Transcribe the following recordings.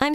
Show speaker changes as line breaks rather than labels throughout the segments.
I'm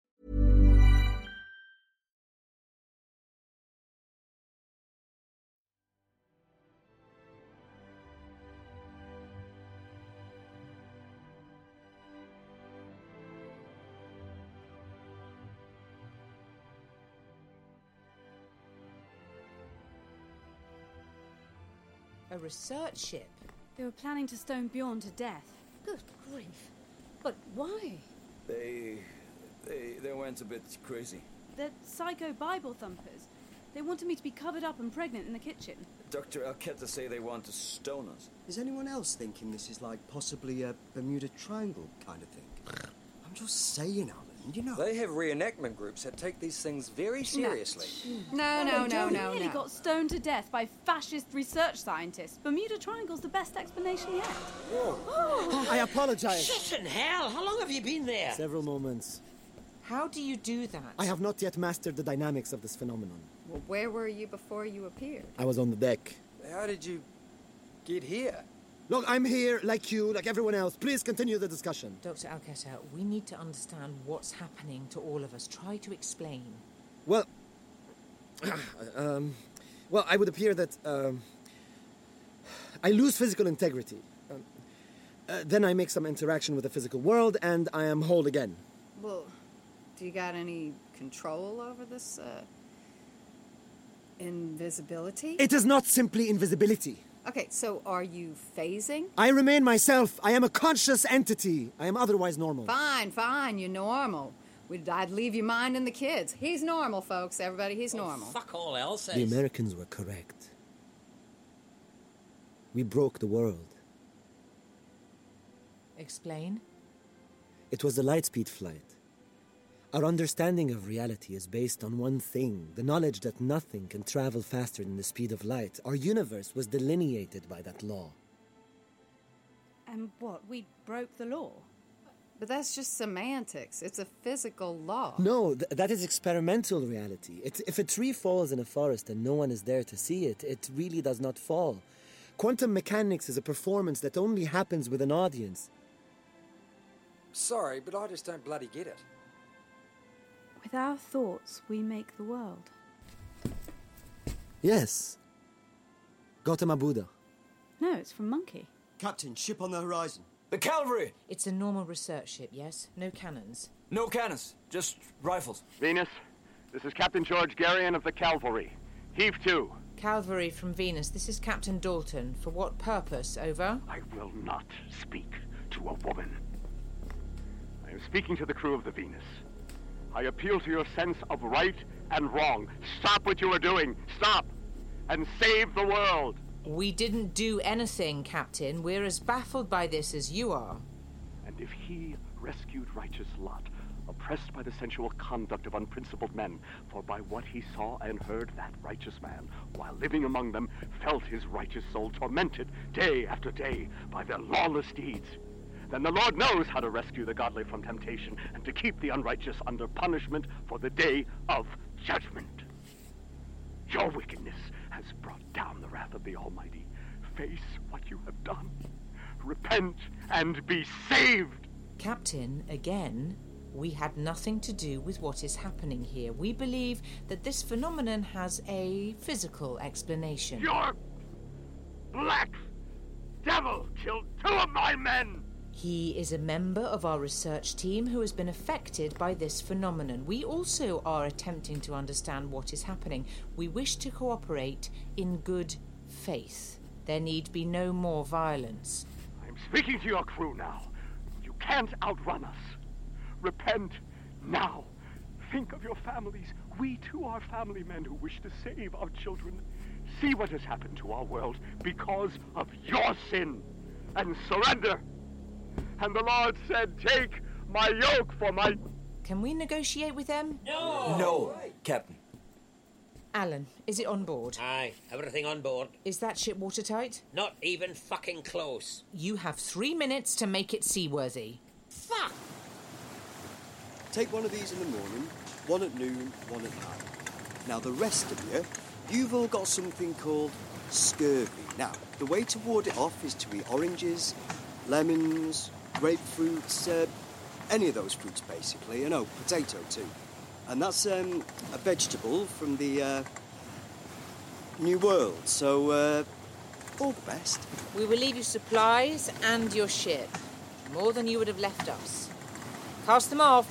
A research ship?
They were planning to stone Bjorn to death.
Good grief. But why?
They, they, they went a bit crazy.
They're psycho Bible thumpers. They wanted me to be covered up and pregnant in the kitchen.
Dr. Alketa say they want to stone us.
Is anyone else thinking this is like possibly a Bermuda Triangle kind of thing? I'm just saying, Alan, you know.
They have reenactment groups that take these things very seriously.
No, no, no,
Bjorn
no,
nearly
no.
got stoned to death by fascist research scientists. Bermuda Triangle's the best explanation yet.
I apologize.
Shit in hell! How long have you been there?
Several moments.
How do you do that?
I have not yet mastered the dynamics of this phenomenon.
Well, where were you before you appeared?
I was on the deck.
How did you get here?
Look, I'm here like you, like everyone else. Please continue the discussion.
Dr. Alcata, we need to understand what's happening to all of us. Try to explain.
Well, um, well, I would appear that um, I lose physical integrity. Um, uh, then I make some interaction with the physical world, and I am whole again.
Well, do you got any control over this uh, invisibility?
It is not simply invisibility.
okay, so are you phasing?
I remain myself. I am a conscious entity. I am otherwise normal.
Fine, fine, you're normal. We'd, I'd leave you minding the kids. He's normal, folks. Everybody,
Oh,
he's normal.
Fuck all else.
The
eh?
Americans were correct. We broke the world.
Explain?
It was the lightspeed flight. Our understanding of reality is based on one thing the knowledge that nothing can travel faster than the speed of light. Our universe was delineated by that law.
And what? We broke the law.
But that's just semantics. It's a physical law.
No, th- that is experimental reality. It, if a tree falls in a forest and no one is there to see it, it really does not fall. Quantum mechanics is a performance that only happens with an audience.
Sorry, but I just don't bloody get it.
With our thoughts, we make the world.
Yes. Gautama Buddha.
No, it's from Monkey.
Captain, ship on the horizon.
The cavalry!
It's a normal research ship, yes? No cannons.
No cannons, just rifles.
Venus, this is Captain George Garion of the Cavalry. Heave to.
Cavalry from Venus, this is Captain Dalton. For what purpose? Over.
I will not speak to a woman. I am speaking to the crew of the Venus. I appeal to your sense of right and wrong. Stop what you are doing. Stop and save the world.
We didn't do anything, Captain. We're as baffled by this as you are.
And if he rescued righteous Lot, oppressed by the sensual conduct of unprincipled men, for by what he saw and heard, that righteous man, while living among them, felt his righteous soul tormented day after day by their lawless deeds. Then the Lord knows how to rescue the godly from temptation and to keep the unrighteous under punishment for the day of judgment. Your wickedness has brought down the wrath of the Almighty. Face what you have done. Repent and be saved.
Captain, again, we had nothing to do with what is happening here. We believe that this phenomenon has a physical explanation.
Your black devil killed two of my men.
He is a member of our research team who has been affected by this phenomenon. We also are attempting to understand what is happening. We wish to cooperate in good faith. There need be no more violence.
I'm speaking to your crew now. You can't outrun us. Repent now. Think of your families. We too are family men who wish to save our children. See what has happened to our world because of your sin and surrender. And the Lord said, Take my yoke for my
Can we negotiate with them?
Oh.
No, Captain.
Alan, is it on board?
Aye, everything on board.
Is that ship watertight?
Not even fucking close.
You have three minutes to make it seaworthy.
Fuck!
Take one of these in the morning, one at noon, one at night. Now, the rest of you, you've all got something called scurvy. Now, the way to ward it off is to eat oranges, lemons, grapefruits, uh, any of those fruits basically, and oh, potato too. And that's um, a vegetable from the uh, New World, so uh, all the best.
We will leave you supplies and your ship. More than you would have left us. Cast them off.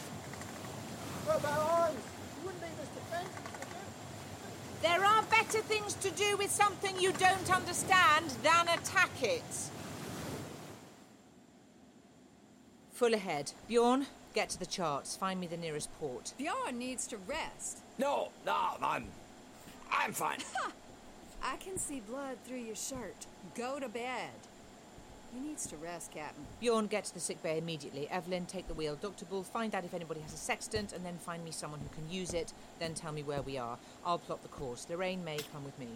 What about eyes? You wouldn't leave us to fence, would you?
There are better things to do with something you don't understand than attack it. Full ahead. Bjorn, get to the charts. Find me the nearest port.
Bjorn needs to rest.
No, no, I'm. I'm fine.
I can see blood through your shirt. Go to bed. He needs to rest, Captain.
Bjorn, get to the sick bay immediately. Evelyn, take the wheel. Dr. Bull, find out if anybody has a sextant, and then find me someone who can use it. Then tell me where we are. I'll plot the course. Lorraine may come with me.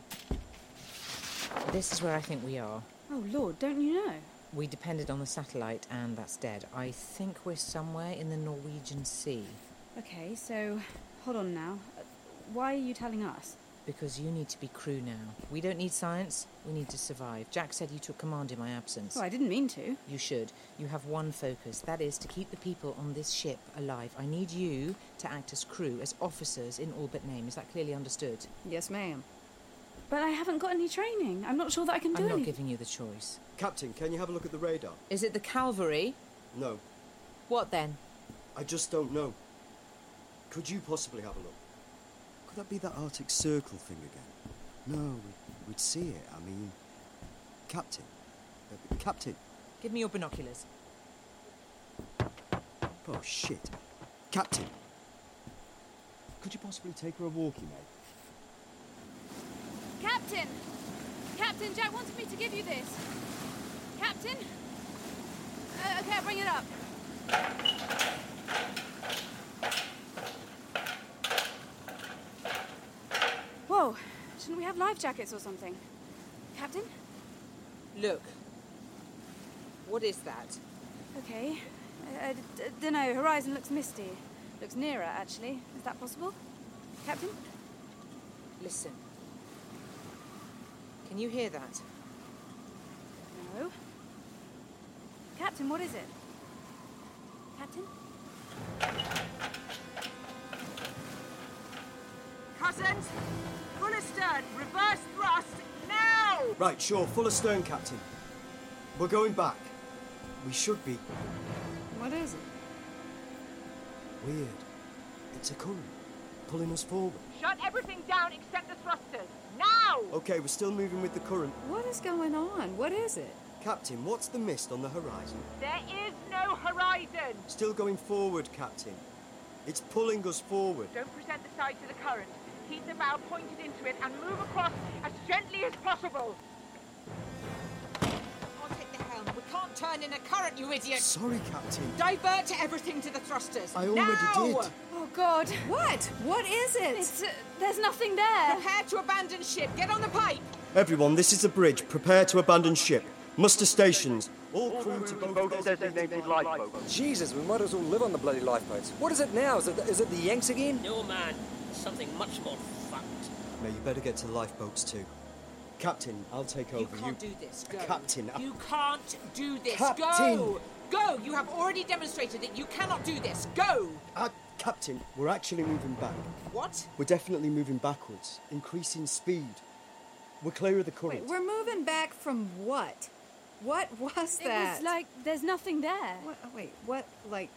This is where I think we are.
Oh, Lord, don't you know?
We depended on the satellite, and that's dead. I think we're somewhere in the Norwegian Sea.
Okay, so hold on now. Uh, Why are you telling us?
Because you need to be crew now. We don't need science, we need to survive. Jack said you took command in my absence.
Oh, I didn't mean to.
You should. You have one focus that is to keep the people on this ship alive. I need you to act as crew, as officers in all but name. Is that clearly understood?
Yes, ma'am.
But I haven't got any training. I'm not sure that I can do
I'm not
anything.
giving you the choice.
Captain, can you have a look at the radar?
Is it the Calvary?
No,
What then?
I just don't know. Could you possibly have a look? Could that be that Arctic Circle thing again? No, we, we'd see it. I mean, Captain. Uh, Captain.
Give me your binoculars.
Oh, shit. Captain. Could you possibly take her a walkie, mate?
Captain! Captain, Jack wanted me to give you this. Captain? Uh, okay, I'll bring it up. Whoa, shouldn't we have life jackets or something? Captain?
Look. What is that?
Okay. Uh, I, don't know, horizon looks misty. Looks nearer, actually. Is that possible? Captain?
Listen. Can you hear that?
No. Captain, what is it? Captain?
Cousins, full astern, reverse thrust, now!
Right, sure. Full astern, Captain. We're going back. We should be.
What is it?
Weird. It's a current pulling us forward.
Shut everything down except the thrusters, now!
Okay, we're still moving with the current.
What is going on? What is it?
Captain, what's the mist on the horizon?
There is no horizon!
Still going forward, Captain. It's pulling us forward.
Don't present the side to the current. Keep the bow pointed into it and move across as gently as possible.
I'll take the helm. We can't turn in a current, you idiot!
Sorry, Captain.
Divert everything to the thrusters.
I already
now!
did.
Oh, God.
What? What is it?
It's, uh, there's nothing there.
Prepare to abandon ship. Get on the pipe.
Everyone, this is the bridge. Prepare to abandon ship. Muster stations. All crew to both.
Boats designated lifeboats.
Jesus, we might as well live on the bloody lifeboats. What is it now? Is it, is it the Yanks again?
No, man. Something much more fucked.
No, you better get to lifeboats too. Captain, I'll take over. Uh,
You can't do this. Go.
Captain, I-
You can't do this.
Captain.
Go. Go. You have already demonstrated that you cannot do this. Go.
Ah, Captain, we're actually moving back.
What?
We're definitely moving backwards, increasing speed. We're clear of the current.
Wait, we're moving back from what? What was
It
that?
was like there's nothing there.
What, wait, what, like,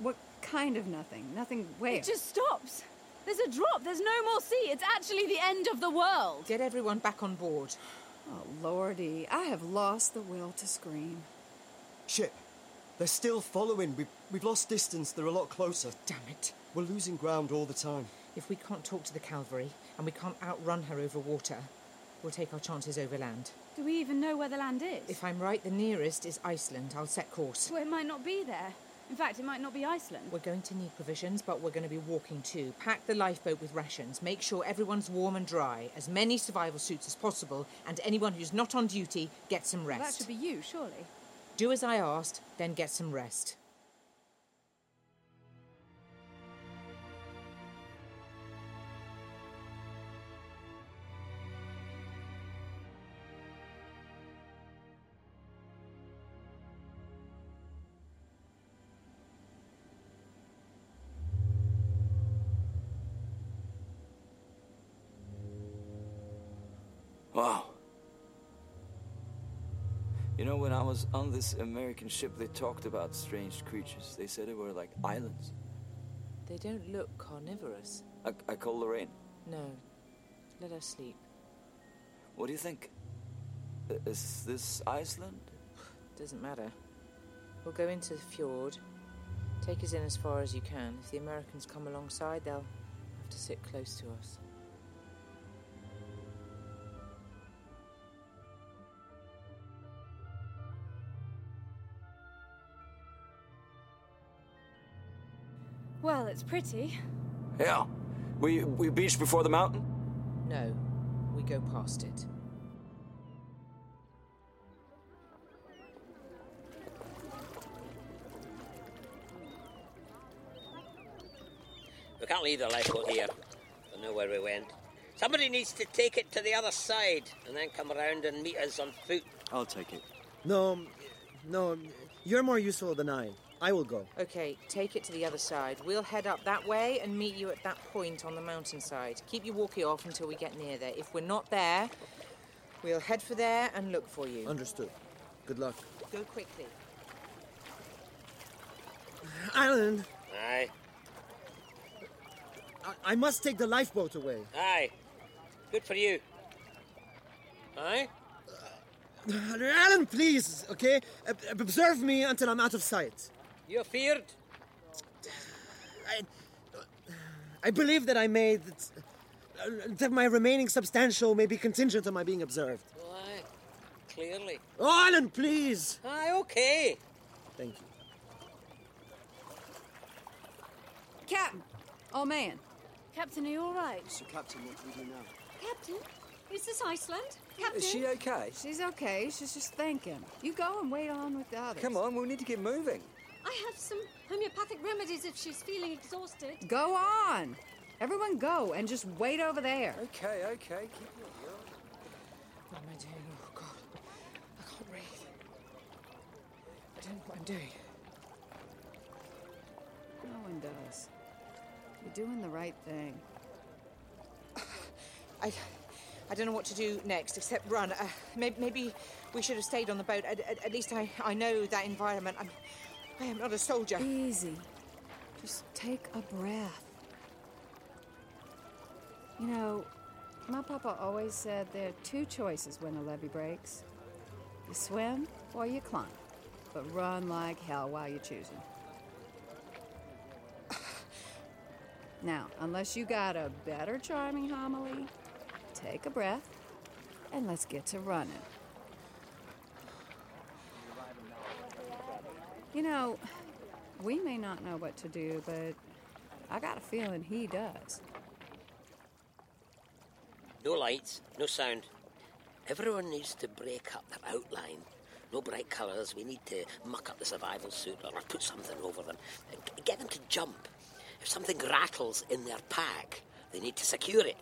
what kind of nothing? Nothing where?
It just stops. There's a drop. There's no more sea. It's actually the end of the world.
Get everyone back on board.
Oh, lordy, I have lost the will to scream.
Ship, they're still following. We've, we've lost distance. They're a lot closer.
Damn it.
We're losing ground all the time.
If we can't talk to the Calvary and we can't outrun her over water, we'll take our chances over land.
Do we even know where the land is?
If I'm right, the nearest is Iceland. I'll set course.
Well, it might not be there. In fact, it might not be Iceland.
We're going to need provisions, but we're going to be walking too. Pack the lifeboat with rations. Make sure everyone's warm and dry, as many survival suits as possible, and anyone who's not on duty gets some
Well, that
rest.
should be you, surely.
Do as I asked, then get some rest.
Wow. You know, when I was on this American ship, they talked about strange creatures. They said it were like islands.
They don't look carnivorous.
I, I called Lorraine.
No. Let her sleep.
What do you think? I- Is this Iceland?
Doesn't matter. We'll go into the fjord. Take us in as far as you can. If the Americans come alongside, they'll have to sit close to us.
Well, it's pretty.
Yeah. We we beach before the mountain.
No, we go past it.
We can't leave the lifeboat here. I know where we went. Somebody needs to take it to the other side and then come around and meet us on foot.
I'll take it.
No, no, you're more useful than I. I will go.
Okay, take it to the other side. We'll head up that way and meet you at that point on the mountainside. Keep your walkie off until we get near there. If we're not there, we'll head for there and look for you.
Understood. Good luck.
Go quickly.
Island,
Aye.
I, I must take the lifeboat away.
Aye. Good for you. Aye?
Uh, Alan, please, okay? Ob- ob- Observe me until I'm out of sight.
You feared?
I believe that I made that, uh, that my remaining substantial may be contingent on my being observed. Oh,
Aye. Clearly.
Alan, please!
Aye, okay.
Thank you.
Captain! Oh, man. Captain, are you all right?
So, Captain, what do we do now?
Captain, is this Iceland? Captain?
Is she okay?
She's okay. She's just thinking. You go and wait on with the others.
Come on, we need to get moving.
I have some homeopathic remedies if she's feeling exhausted.
Go
on. Everyone go and just wait over there.
Okay, okay. Keep your
What am I doing? Oh, God. I can't breathe. I don't know what I'm doing.
No one does. You're doing the right thing.
I, I don't know what to do next except run. Uh, maybe, maybe we should have stayed on the boat. At, at, at least I, I know that environment. I'm, I am not a soldier.
Easy. Just take a breath. You know, my papa always said there are two choices when the levee breaks you swim or you climb, but run like hell while you're choosing. now, unless you got a better charming homily, take a breath and let's get to running. You know, we may not know what to do, but I got a feeling he does.
No lights, no sound. Everyone needs to break up their outline. No bright colours. We need to muck up the survival suit or put something over them. Uh, g- Get them to jump. If something rattles in their pack, they need to secure it.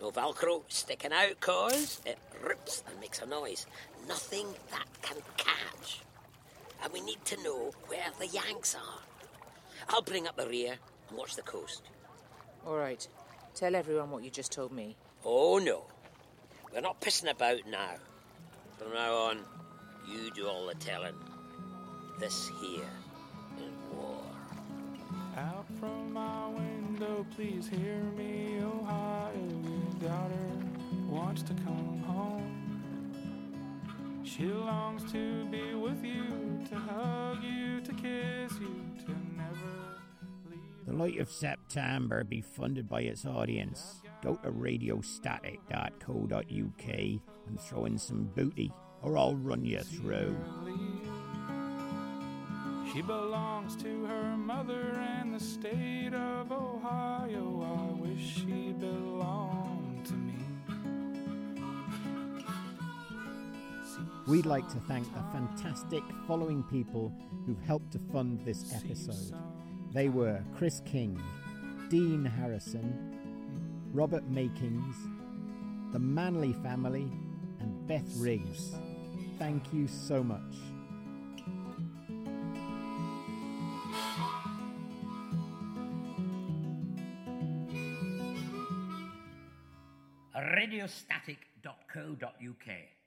No Velcro sticking out, cause it rips and makes a noise. Nothing that can catch. And we need to know where the Yanks are. I'll bring up the rear and watch the coast.
All right. Tell everyone what you just told me.
Oh no, we're not pissing about now. From now on, you do all the telling. This here is war.
Out from my window, please hear me, Ohio. Your daughter wants to come home. She longs to be with you, to hug you, to kiss you, to never.
The Light of September be funded by its audience. Go to radiostatic.co.uk and throw in some booty, or I'll run you through.
She belongs to her mother and the state of Ohio. I wish she belonged to me.
We'd like to thank the fantastic following people who've helped to fund this episode. They were Chris King, Dean Harrison, Robert Makings, the Manley family, and Beth Riggs. Thank you so much.
radiostatic.co.uk.